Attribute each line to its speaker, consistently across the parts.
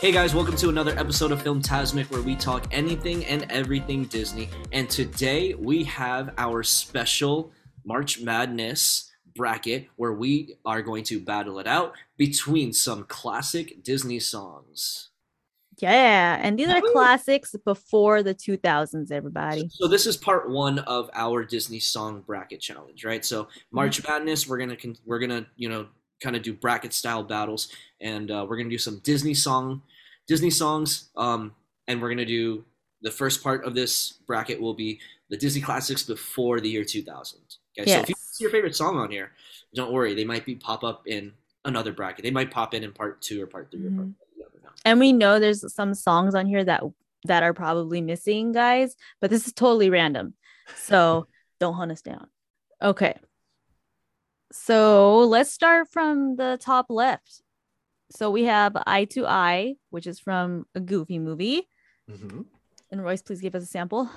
Speaker 1: Hey guys, welcome to another episode of Film Tasmic where we talk anything and everything Disney. And today we have our special March Madness bracket where we are going to battle it out between some classic Disney songs.
Speaker 2: Yeah, and these are classics before the 2000s, everybody.
Speaker 1: So this is part one of our Disney song bracket challenge, right? So March Madness, we're gonna con- we're gonna you know kind of do bracket style battles, and uh, we're gonna do some Disney song Disney songs, um, and we're gonna do the first part of this bracket will be the Disney classics before the year 2000. Okay, so if you
Speaker 2: Yes.
Speaker 1: see your favorite song on here, don't worry, they might be pop up in another bracket. They might pop in in part two or part 3 or part
Speaker 2: Mhm.
Speaker 1: four. You never know.
Speaker 2: And we know there's some songs on here that that are probably missing, guys, but this is totally random. So don't hunt us down. Okay. So let's start from the top left. So we have Eye to Eye, which is from a goofy movie.
Speaker 3: Mhm.
Speaker 2: And Royce, please give us a sample.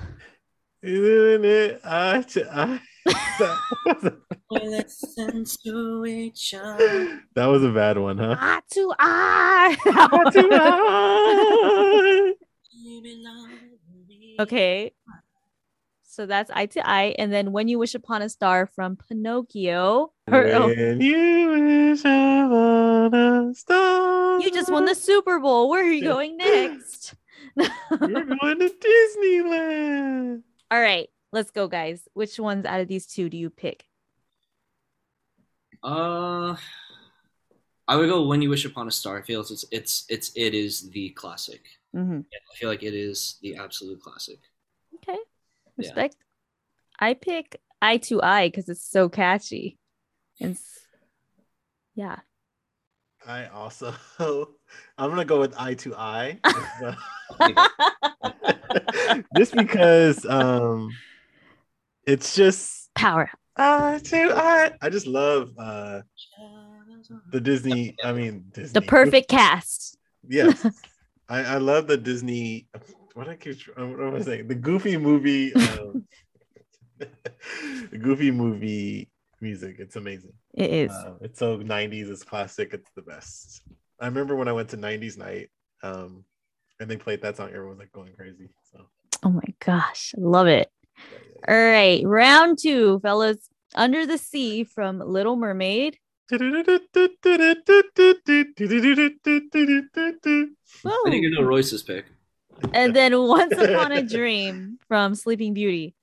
Speaker 3: Isn't it eye to eye? that that was a bad one, huh?
Speaker 2: Eye to Eye.
Speaker 3: Eye to eye.
Speaker 2: Okay. So that's eye to eye. And then when you wish upon a star from Pinocchio. Or- oh,
Speaker 3: When you wish upon a star.
Speaker 2: you just won the Super Bowl. Where are you
Speaker 3: Yeah.
Speaker 2: going next?
Speaker 3: We're going to Disneyland.
Speaker 2: All right. Let's go, guys. Which ones out of these two do you pick?
Speaker 1: Uh, I would go "When You Wish Upon a Star." I feel it's it's it's it is the classic.
Speaker 2: Mhm.
Speaker 1: I feel like it is the absolute classic.
Speaker 2: Okay. Respect. I pick eye to eye because it's so catchy. And s- yeah.
Speaker 3: I also, I'm gonna go with eye to eye, just because um, it's just
Speaker 2: Power.
Speaker 3: eye to eye. I just love uh the Disney. I mean, Disney.
Speaker 2: The perfect cast.
Speaker 3: Yes, I, I love the Disney. What I keep, what am I saying? The Goofy movie. Um, the Goofy movie music. It's amazing.
Speaker 2: It is.
Speaker 3: Um, it's so 90s. It's classic. It's the best. I remember when I went to 90s night, um, and they played that song. Everyone was like going crazy. So
Speaker 2: Oh my gosh, I love it. All right, round two, fellas. Under the Sea from Little Mermaid.
Speaker 1: I didn't
Speaker 2: Whoa.
Speaker 1: even know Royce's pick.
Speaker 2: And then Once Upon a Dream from Sleeping Beauty.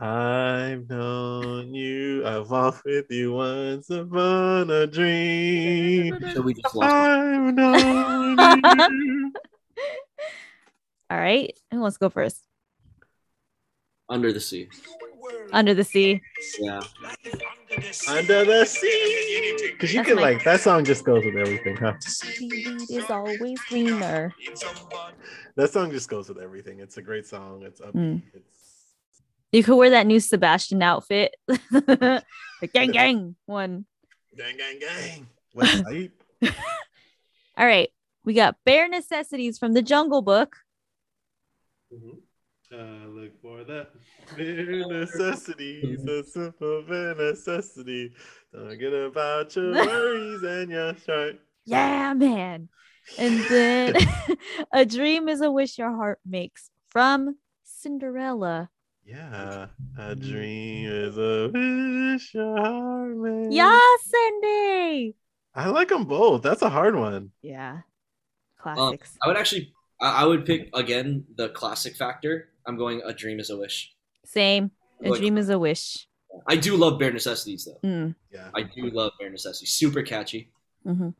Speaker 3: I've known you. I've walked with you once upon a dream.
Speaker 1: So we just lost.
Speaker 3: I've known you.
Speaker 2: All right, who wants to go first?
Speaker 1: Under the Sea.
Speaker 2: Under the Sea.
Speaker 1: Yeah.
Speaker 3: Under the sea. Because you
Speaker 2: That's
Speaker 3: can,
Speaker 2: my-
Speaker 3: like, that song just goes with everything, huh?
Speaker 2: Seaweed is always greener.
Speaker 3: That song just goes with everything. It's a great song. It's upbeat.
Speaker 2: Mm.
Speaker 3: It's
Speaker 2: You could wear that new Sebastian outfit, the gang gang one.
Speaker 3: gang, gang, gang. West side.
Speaker 2: All right, we got Bare Necessities from The Jungle Book.
Speaker 3: Uh, look for that bare necessity, so simple bare necessity. Forget about your worries and your strife.
Speaker 2: Yeah, man. And then a dream is a wish your heart makes from Cinderella.
Speaker 3: Yeah, a dream is a wish your heart makes.
Speaker 2: Yeah, Cindy.
Speaker 3: I like them both. That's a hard one.
Speaker 2: Yeah. Classics.
Speaker 1: Um, I would actually. I I would pick again the classic factor. I'm going. A dream is a wish.
Speaker 2: Same. A
Speaker 1: Like-
Speaker 2: dream is a wish.
Speaker 1: I do love bare necessities though.
Speaker 2: Mm,
Speaker 3: Yeah,
Speaker 1: I do love bare necessities. Super catchy.
Speaker 2: mhm.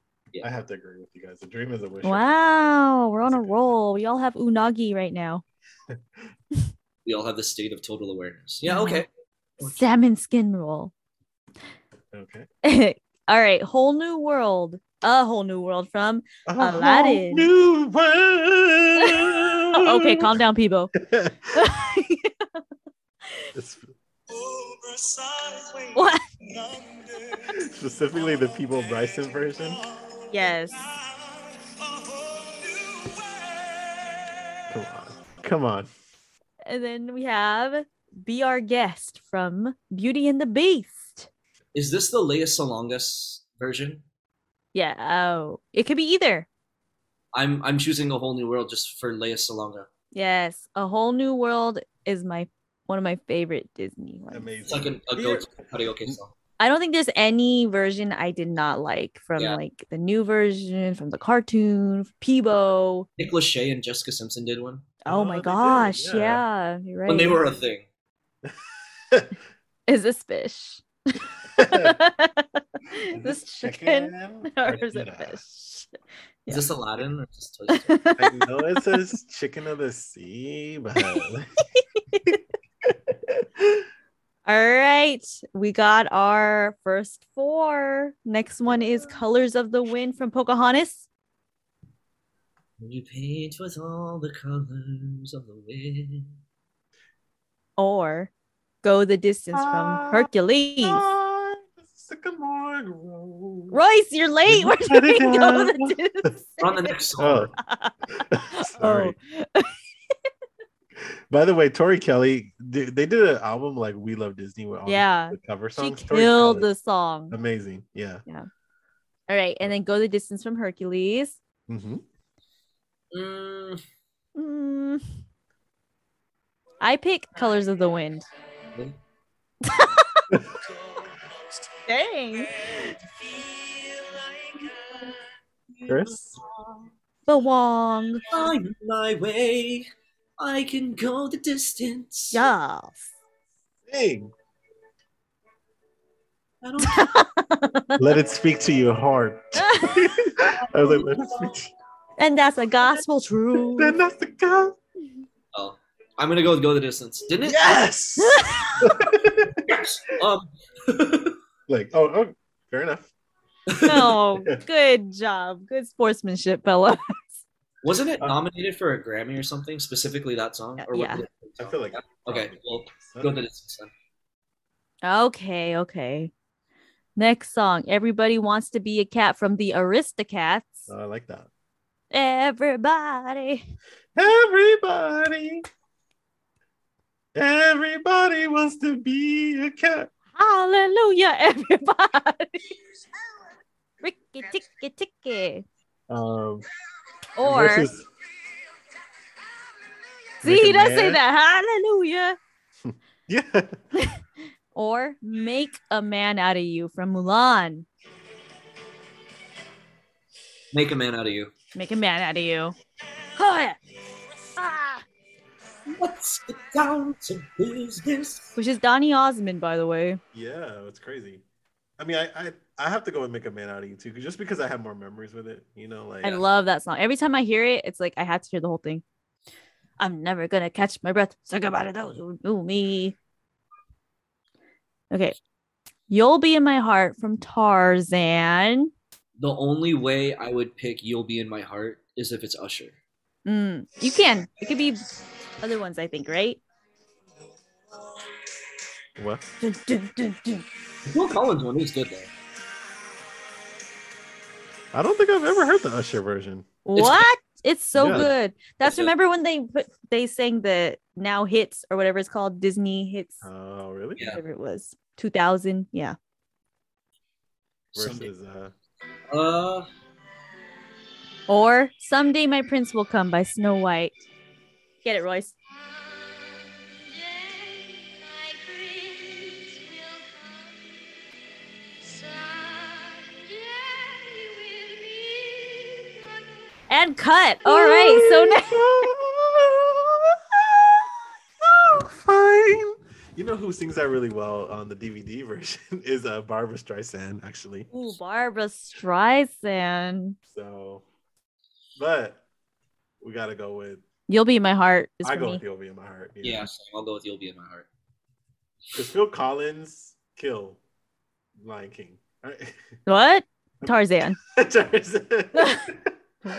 Speaker 3: I have to agree with you guys. A dream is a wish.
Speaker 2: Wow. We're on a
Speaker 3: That's a good one.
Speaker 2: roll. We all have unagi right now.
Speaker 1: We all have the state of total awareness. Yeah.
Speaker 2: Mhm.
Speaker 1: Okay.
Speaker 2: Salmon skin roll.
Speaker 3: Okay.
Speaker 2: all right. Whole new world. A whole new world from.
Speaker 3: A
Speaker 2: Aladdin.
Speaker 3: whole New world.
Speaker 2: oh, Okay, calm down, Peebo.
Speaker 3: It's
Speaker 2: What?
Speaker 3: specifically the people Bryson version.
Speaker 2: Yes.
Speaker 3: Come on. Come on.
Speaker 2: And then we have Be Our Guest from Beauty and the Beast.
Speaker 1: Is this the Leia Salongas version?
Speaker 2: Yeah. Oh, it could be either.
Speaker 1: I'm I'm choosing a whole new world just for Leia Salonga.
Speaker 2: Yes, A Whole New World is my one of my favorite Disney ones.
Speaker 3: Amazing.
Speaker 1: It's like a, a go-to karaoke song.
Speaker 2: I don't think there's any version I did not like from
Speaker 1: Yeah.
Speaker 2: like the new version, from the cartoon, Peebo.
Speaker 1: Nick Lachey and Jessica Simpson did one
Speaker 2: Oh,
Speaker 3: Oh,
Speaker 2: my
Speaker 3: they did,
Speaker 2: gosh,
Speaker 3: yeah.
Speaker 2: yeah. you're right.
Speaker 1: when they were a thing.
Speaker 2: Is this fish?
Speaker 3: Is
Speaker 2: is this chicken or is it
Speaker 3: Yeah.
Speaker 2: fish?
Speaker 1: Is
Speaker 2: Yeah.
Speaker 1: this Aladdin or just Toy Story?
Speaker 3: I know it says chicken of the sea, but
Speaker 2: All right, we got our first four. Next one is Colors of the Wind from Pocahontas.
Speaker 1: you paint with all the colors of the wind.
Speaker 2: or go the distance from Hercules.
Speaker 3: Ah, sycamore grove.
Speaker 2: Royce, you're late. We're
Speaker 3: Let it
Speaker 2: doing go
Speaker 3: go.
Speaker 2: the distance.
Speaker 1: We're on the next song.
Speaker 3: Oh, sorry.
Speaker 2: Oh.
Speaker 3: By the way, Tori Kelly, they, they did an album like "We Love Disney" with all the-
Speaker 2: Oh, Yeah.
Speaker 3: the cover
Speaker 2: she
Speaker 3: songs. Tori
Speaker 2: killed
Speaker 3: Kelly,
Speaker 2: the song.
Speaker 3: amazing. Yeah.
Speaker 2: All right, and then go the distance from Hercules.
Speaker 3: hmm
Speaker 1: Mm,
Speaker 2: Mm. I pick Colors of the Wind. Dang.
Speaker 3: Chris,
Speaker 2: The Wong.
Speaker 1: I'm on my way. I can go the distance.
Speaker 2: Yes.
Speaker 3: sing.
Speaker 1: I don't care.
Speaker 3: Let it speak to your heart. I was like, let it speak. To
Speaker 2: and that's a gospel
Speaker 3: you.
Speaker 2: truth.
Speaker 3: Then that's the guy.
Speaker 1: Oh, I'm gonna go with go the distance. Didn't it?
Speaker 3: Yes.
Speaker 1: Yes. Um.
Speaker 3: like, oh, oh, fair enough.
Speaker 2: oh, good job. Good sportsmanship, fella.
Speaker 1: Wasn't it
Speaker 3: Uh,
Speaker 1: nominated for a Grammy or something specifically that song? Or
Speaker 2: Yeah.
Speaker 1: Was it
Speaker 3: I feel like.
Speaker 1: okay. Well, go to this one.
Speaker 2: Okay, okay. Next song. Everybody wants to be a cat from the Aristocats.
Speaker 3: Oh, I like that.
Speaker 2: Everybody.
Speaker 3: Everybody. Everybody wants to be a cat.
Speaker 2: Hallelujah, everybody. Ricky ticky ticky.
Speaker 3: Um,
Speaker 2: Or
Speaker 3: versus-
Speaker 2: see, he does say
Speaker 3: Man.
Speaker 2: that. Hallelujah.
Speaker 3: yeah.
Speaker 2: Or make a man out of you from Mulan.
Speaker 1: Make a man out of you.
Speaker 2: Make a man out of you. Oh, yeah. Ah.
Speaker 1: Let's get down to business.
Speaker 2: Which is Donny Osmond, by the way.
Speaker 3: Yeah, it's crazy. I mean, I, I I have to go and make a man out of you too, 'cause- just because I have more memories with it. You know, like
Speaker 2: I love that song. Every time I hear it, it's like I have to hear the whole thing. I'm never gonna catch my breath. Talk about it, those who knew me. Okay, you'll be in my heart from Tarzan.
Speaker 1: The only way I would pick "You'll Be in My Heart" is if it's Usher.
Speaker 2: Mm, you can. It could be other ones, I think. Right?
Speaker 3: what?
Speaker 2: Dun, dun, dun, dun.
Speaker 1: Will Collins one is good though.
Speaker 3: I don't think I've ever heard the Usher version.
Speaker 2: What? It's so
Speaker 3: Yeah.
Speaker 2: good. That's
Speaker 1: It's good.
Speaker 2: remember when they put they sang the now hits or whatever it's called Disney hits,
Speaker 3: Oh, really?
Speaker 1: Uh, Yeah.
Speaker 2: whatever it was, two thousand. Yeah.
Speaker 1: Someday.
Speaker 3: Versus uh,
Speaker 1: Uh,
Speaker 2: Or Someday My Prince Will Come by Snow White. Get it, Royce. And cut. All right. So now
Speaker 3: fine. You know who sings that really well on the DVD version is uh, Barbara Streisand, actually.
Speaker 2: Ooh, Barbara Streisand.
Speaker 3: So, but we gotta go with
Speaker 2: You'll be in my heart. Is
Speaker 3: I
Speaker 2: for
Speaker 3: go
Speaker 2: me.
Speaker 3: with "You'll Be in My Heart."
Speaker 1: yeah, so I'll go with "You'll Be in My Heart."
Speaker 3: because Phil Collins kill Lion King. Alright.
Speaker 2: What? Tarzan.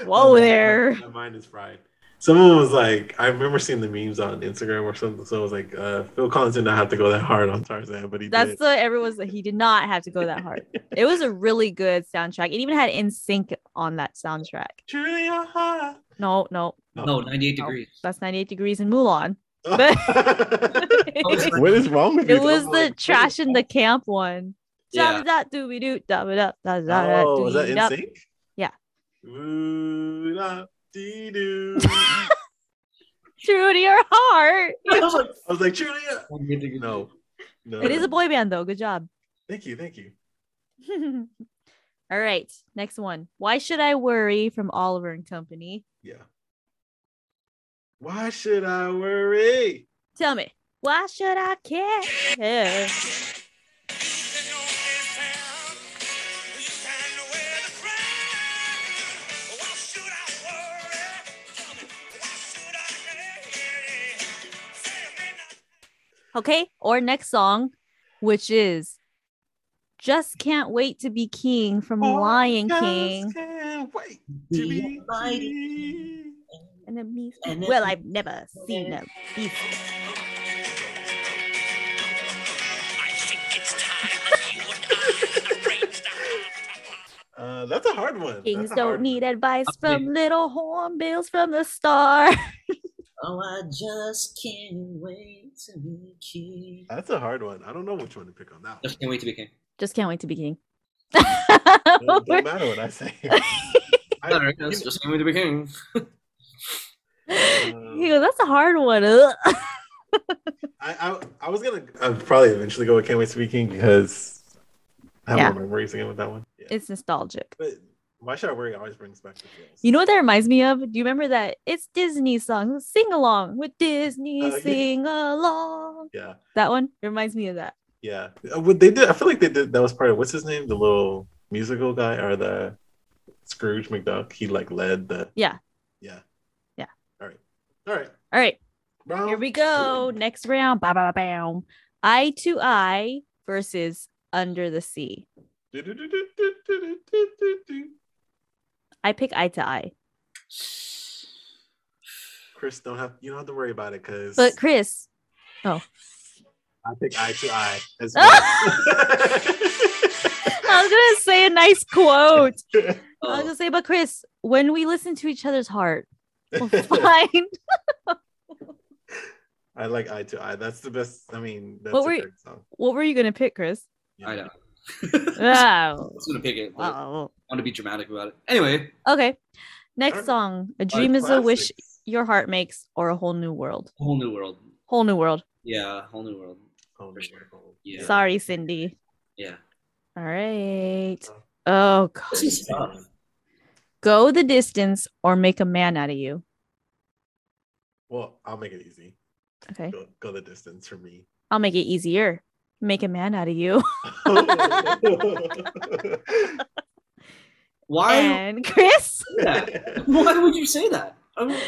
Speaker 2: Whoa
Speaker 3: My-
Speaker 2: there.
Speaker 3: My, my mind is fried. Someone was like, I remember seeing the memes on Instagram or something. So it was like, uh, Phil Collins did not have to go that hard on Tarzan, but he
Speaker 2: That's
Speaker 3: did.
Speaker 2: the everyone's he did not have to go that hard. It was a really good soundtrack. It even had in sync on that soundtrack.
Speaker 3: Truly a heart.
Speaker 2: No, no,
Speaker 1: No, 98
Speaker 2: No.
Speaker 1: degrees.
Speaker 2: that's 98 degrees in Mulan.
Speaker 1: was like-
Speaker 3: what is wrong with you?
Speaker 2: It was
Speaker 3: I'm
Speaker 2: the
Speaker 3: like,
Speaker 2: trash in the camp one.
Speaker 1: Yeah.
Speaker 2: Yeah. Da da dooby doo da da da da da
Speaker 3: Oh, was that
Speaker 2: doo-dee-da.
Speaker 3: in sync? Ooh, da, dee, doo.
Speaker 2: True to your heart.
Speaker 3: I was like, I was like, truly, uh,
Speaker 1: No.
Speaker 3: no, no.
Speaker 2: It is a boy band though. Good job.
Speaker 3: Thank you, thank you.
Speaker 2: All right, next one. Why should I worry from Oliver and Company?
Speaker 3: Yeah. Why should I worry?
Speaker 2: Tell me, why should I care? Okay, or next song, which is Just Can't Wait to Be King from
Speaker 3: Oh
Speaker 2: Lion
Speaker 3: Just
Speaker 2: King.
Speaker 3: Can't wait to be king.
Speaker 2: And then me,
Speaker 1: And then-
Speaker 2: well, I've never seen them.
Speaker 3: Uh, that's a hard one.
Speaker 2: Kings
Speaker 3: That's a hard
Speaker 2: don't
Speaker 3: one.
Speaker 2: need advice
Speaker 1: Okay.
Speaker 2: from little hornbills from the star.
Speaker 1: Oh, I just can't wait to be king.
Speaker 3: That's a hard one. I don't know which one to pick on that. One.
Speaker 1: Just can't wait to be king.
Speaker 2: Just can't wait to be king.
Speaker 3: It don't- don't matter what I say. I-
Speaker 1: All right, that's just can't wait to be king.
Speaker 3: uh,
Speaker 2: He goes, that's a hard one. Ugh.
Speaker 3: I, I I was gonna I'd probably eventually go with Can't Wait to Be King because I have
Speaker 2: Yeah.
Speaker 3: no memories again with that one. Yeah.
Speaker 2: It's nostalgic.
Speaker 3: But why should I worry? Always brings back the feels.
Speaker 2: You know what that reminds me of? Do you remember that? It's Disney song. Sing along with Disney,
Speaker 3: Oh, yeah.
Speaker 2: sing along.
Speaker 3: Yeah,
Speaker 2: That one reminds me of that.
Speaker 3: yeah. Uh, What they did, I feel like they did. That was part of what's his name, the little musical guy, or the Scrooge McDuck. He like led the.
Speaker 2: Yeah.
Speaker 3: Yeah.
Speaker 2: Yeah.
Speaker 3: All right. All right.
Speaker 2: All right,
Speaker 3: Round
Speaker 2: here we go. Next round. Ba ba ba bam. Eye to eye versus under the sea. I pick eye to eye.
Speaker 3: Chris, don't have you don't have to worry about it because
Speaker 2: But Chris,
Speaker 3: I pick eye to eye as well.
Speaker 2: I was gonna say a nice quote. I was
Speaker 1: Uh,
Speaker 2: gonna say, but Chris, when we listen to each other's heart, we'll find
Speaker 3: I like eye to eye. That's the best. I mean, that's
Speaker 2: What
Speaker 3: a
Speaker 2: were-
Speaker 3: great song.
Speaker 2: what were you gonna pick, Chris?
Speaker 3: Yeah.
Speaker 1: Oh, I know. I
Speaker 2: Oh,
Speaker 1: was gonna pick it. But I
Speaker 2: oh.
Speaker 1: want to be dramatic about it. Anyway,
Speaker 2: Okay. Next
Speaker 3: Alright.
Speaker 2: song, A
Speaker 3: Like
Speaker 2: Dream is a Wish
Speaker 3: classics.
Speaker 2: Your Heart Makes, or A Whole New World.
Speaker 1: whole new world.
Speaker 2: Whole New World.
Speaker 1: Yeah, whole new world.
Speaker 3: Oh, no,
Speaker 1: sure.
Speaker 3: no.
Speaker 1: Yeah.
Speaker 2: Sorry, Cindy.
Speaker 1: Yeah.
Speaker 2: All right.
Speaker 3: Oh.
Speaker 1: Uh-huh.
Speaker 2: Oh, God.
Speaker 1: This is tough.
Speaker 2: Go the distance or make a man out of you.
Speaker 3: Well, I'll make it easy.
Speaker 2: Okay.
Speaker 3: Go, go the distance for me.
Speaker 2: I'll make it easier. Make a man out of you.
Speaker 1: Why?
Speaker 2: And Chris,
Speaker 1: Yeah. Why would you say that? Um, I mean,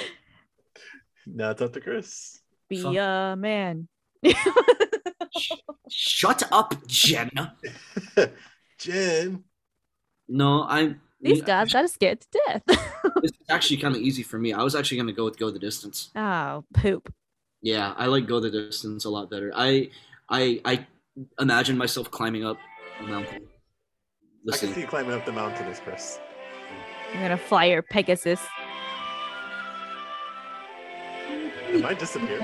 Speaker 3: now it's up to Chris.
Speaker 2: be
Speaker 1: Fuck.
Speaker 2: a man.
Speaker 1: shut up, Jenna.
Speaker 3: Jen.
Speaker 1: No, I.
Speaker 2: These
Speaker 1: yeah,
Speaker 2: guys got scared to death.
Speaker 1: This is actually kind of easy for me. I was actually gonna go with "Go the Distance."
Speaker 2: oh, poop.
Speaker 1: Yeah, I like "Go the Distance" a lot better. I, I, I imagine myself climbing up a mountain.
Speaker 3: I can
Speaker 1: Listen,
Speaker 3: see you climbing up the mountain as Chris.
Speaker 2: I'm going to fly your Pegasus.
Speaker 3: It might disappear.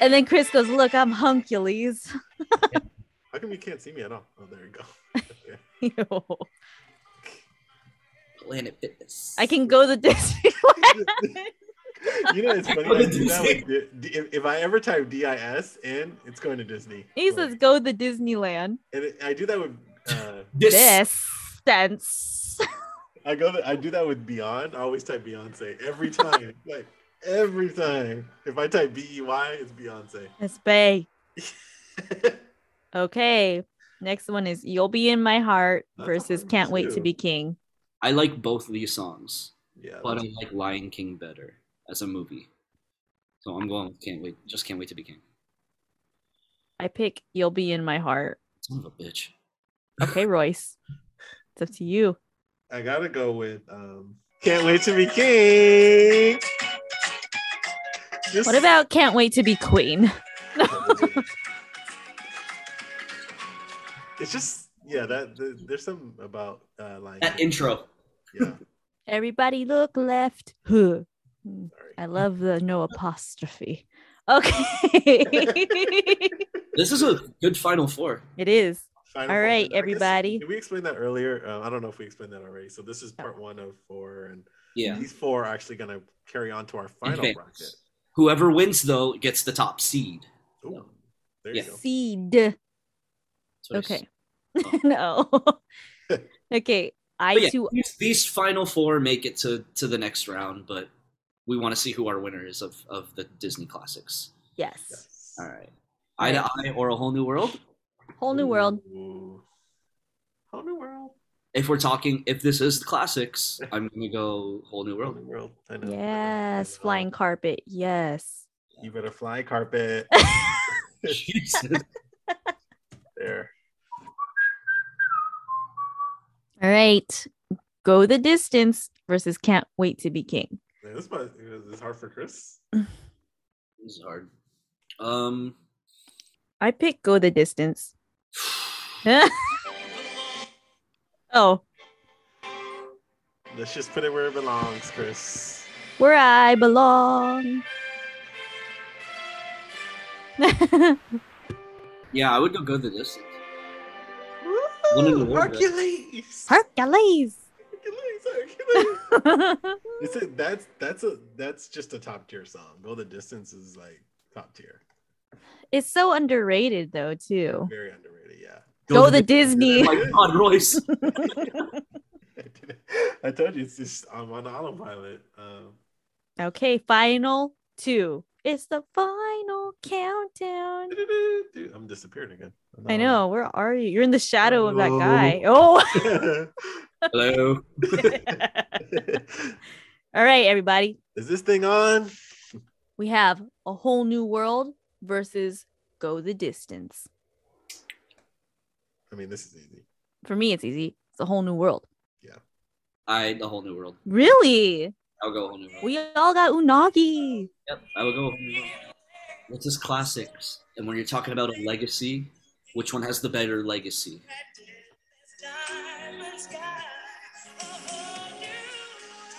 Speaker 2: And then Chris goes, Look, I'm Huncules.
Speaker 3: How come you can't see me at all? Oh, there you go.
Speaker 1: Planet Fitness.
Speaker 2: I can go the distance.
Speaker 3: you know, it's funny.
Speaker 1: Go to
Speaker 3: I do that with D- D- if, if I ever type DIS in, it's going to Disney.
Speaker 2: He says, "Go to Disneyland."
Speaker 3: and it, I do that with. Uh,
Speaker 1: This.
Speaker 2: Distance.
Speaker 3: I go. th- I do that with Beyond. I always type Beyonce every time. like every time. If I type B E Y, it's Beyonce.
Speaker 2: Miss Bay. Okay. Next one is "You'll Be in My Heart"
Speaker 3: That's a
Speaker 2: versus
Speaker 3: hard one,
Speaker 2: "Can't Wait to
Speaker 3: too.
Speaker 2: Be King."
Speaker 1: I like both of these songs,
Speaker 3: yeah.
Speaker 1: but I like Lion King better as a movie. So I'm going with "Can't Wait." Just can't wait to be king.
Speaker 2: I pick "You'll Be in My Heart."
Speaker 1: Son of a bitch.
Speaker 2: Okay, Royce. It's up to you.
Speaker 3: I gotta go with. um Can't wait to be king. Just-
Speaker 2: What about "Can't Wait to Be Queen"?
Speaker 3: it's just yeah. That th- there's some about uh, like
Speaker 1: That intro.
Speaker 3: yeah.
Speaker 2: Everybody look left. Huh.
Speaker 3: Sorry.
Speaker 2: I love the no apostrophe. Okay.
Speaker 1: This is a good final four.
Speaker 2: it is.
Speaker 3: Final
Speaker 2: All
Speaker 3: Four.
Speaker 2: right,
Speaker 3: And I guess-
Speaker 2: everybody.
Speaker 3: Did we explain that earlier? Uh, I don't know if we explained that already. So this is part one of four, and
Speaker 1: Yeah.
Speaker 3: these four are actually going to carry on to our final
Speaker 1: Advance.
Speaker 3: bracket.
Speaker 1: Whoever wins though gets the top seed.
Speaker 3: Ooh, there
Speaker 1: Yeah.
Speaker 3: you go.
Speaker 2: Seed.
Speaker 1: That's what I
Speaker 2: Okay.
Speaker 1: Oh.
Speaker 2: no. okay. I
Speaker 1: But Oh, yeah,
Speaker 2: too.
Speaker 1: these, these final four make it to to the next round, but we want to see who our winner is of of the Disney classics.
Speaker 2: Yes.
Speaker 3: Yes.
Speaker 1: All right, Eye to Eye or a Whole New World.
Speaker 2: Whole new world.
Speaker 3: Ooh. Whole new world.
Speaker 1: If we're talking, if this is the classics, I'm gonna go Whole New
Speaker 3: Whole
Speaker 1: World.
Speaker 3: new world. I know. I know, I
Speaker 2: Yes.
Speaker 3: know.
Speaker 2: Flying carpet. Yes.
Speaker 3: You better fly carpet.
Speaker 1: Jesus.
Speaker 3: there.
Speaker 2: All right. Go the distance versus can't wait to be king.
Speaker 3: Man, this must, is this hard for Chris.
Speaker 1: This is hard. Um,
Speaker 2: I pick go the distance. oh,
Speaker 3: Let's just put it where it belongs, Chris.
Speaker 2: where I belong.
Speaker 1: yeah, I would go go the distance. One in the
Speaker 3: Woo!
Speaker 1: world, right?
Speaker 3: Hercules.
Speaker 2: Hercules.
Speaker 3: Hercules. Hercules.
Speaker 2: All
Speaker 3: It's a, that's that's a that's just a top tier song. Go the distance is like top tier.
Speaker 2: It's so underrated though, too.
Speaker 3: Very underrated. Yeah.
Speaker 2: Go, the
Speaker 1: Oh
Speaker 2: Disney.
Speaker 1: my God, Royce.
Speaker 3: I told you it's just I'm on autopilot. Um,
Speaker 2: Okay, final two. It's the final countdown.
Speaker 3: dude, I'm disappearing again.
Speaker 2: I know. Where are you? You're in the shadow of that
Speaker 3: Oh.
Speaker 2: guy. Oh.
Speaker 1: Hello.
Speaker 2: All right, everybody.
Speaker 3: is this thing on?
Speaker 2: We have a whole new world versus go the distance.
Speaker 3: I mean, this is easy.
Speaker 2: For me, it's easy. It's a whole new world.
Speaker 1: I the Whole New World.
Speaker 2: Really?
Speaker 1: I'll go Whole New World.
Speaker 2: We all got unagi.
Speaker 1: Yep, I would go. What's his classics? And when you're talking about a legacy, which one has the better legacy?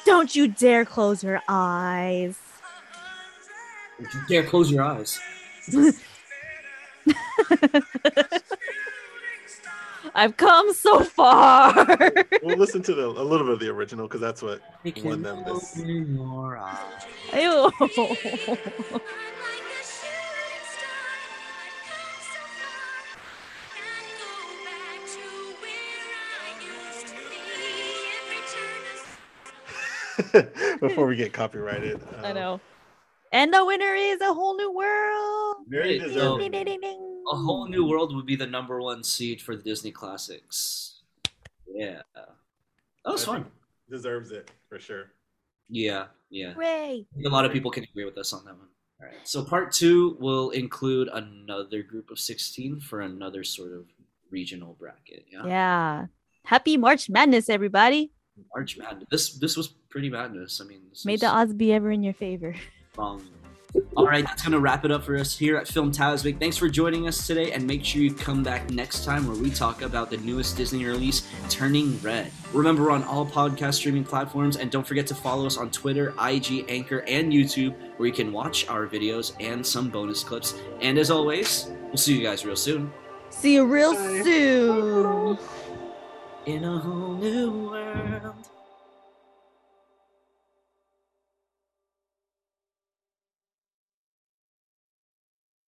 Speaker 2: Don't you dare close your eyes.
Speaker 1: If you dare close your eyes.
Speaker 2: I've come so far.
Speaker 3: We'll listen to the, a little bit of the original because that's what.
Speaker 1: I
Speaker 3: Won them this.
Speaker 1: open your eyes.
Speaker 2: Ew.
Speaker 3: Before we get copyrighted,
Speaker 2: I
Speaker 3: um,
Speaker 2: know. And the winner is a whole new world.
Speaker 3: Very
Speaker 1: Hey,
Speaker 2: Ding,
Speaker 3: deserving.
Speaker 2: ding, ding, ding.
Speaker 1: A whole new world would be the number one seed for the Disney classics. Yeah, that was
Speaker 3: I
Speaker 1: fun.
Speaker 3: think Deserves it for sure.
Speaker 1: Yeah, yeah.
Speaker 2: Hooray.
Speaker 1: I think A lot of people can agree with us on that one. All right. So part two will include another group of sixteen for another sort of regional bracket. Yeah.
Speaker 2: Yeah. Happy March Madness, everybody.
Speaker 1: March Madness. This this was pretty madness. I mean, this
Speaker 2: May
Speaker 1: is
Speaker 2: the odds be ever in your favor.
Speaker 1: wrong. All right, that's gonna wrap it up for us here at Film Tasmic. Thanks for joining us today, and make sure you come back next time where we talk about the newest Disney release, Turning Red. Remember, we're on all podcast streaming platforms, and don't forget to follow us on Twitter, IG, Anchor, and YouTube, where you can watch our videos and some bonus clips. And as always, we'll see you guys real soon.
Speaker 2: See you real
Speaker 3: Bye.
Speaker 2: soon.
Speaker 1: In a whole new world.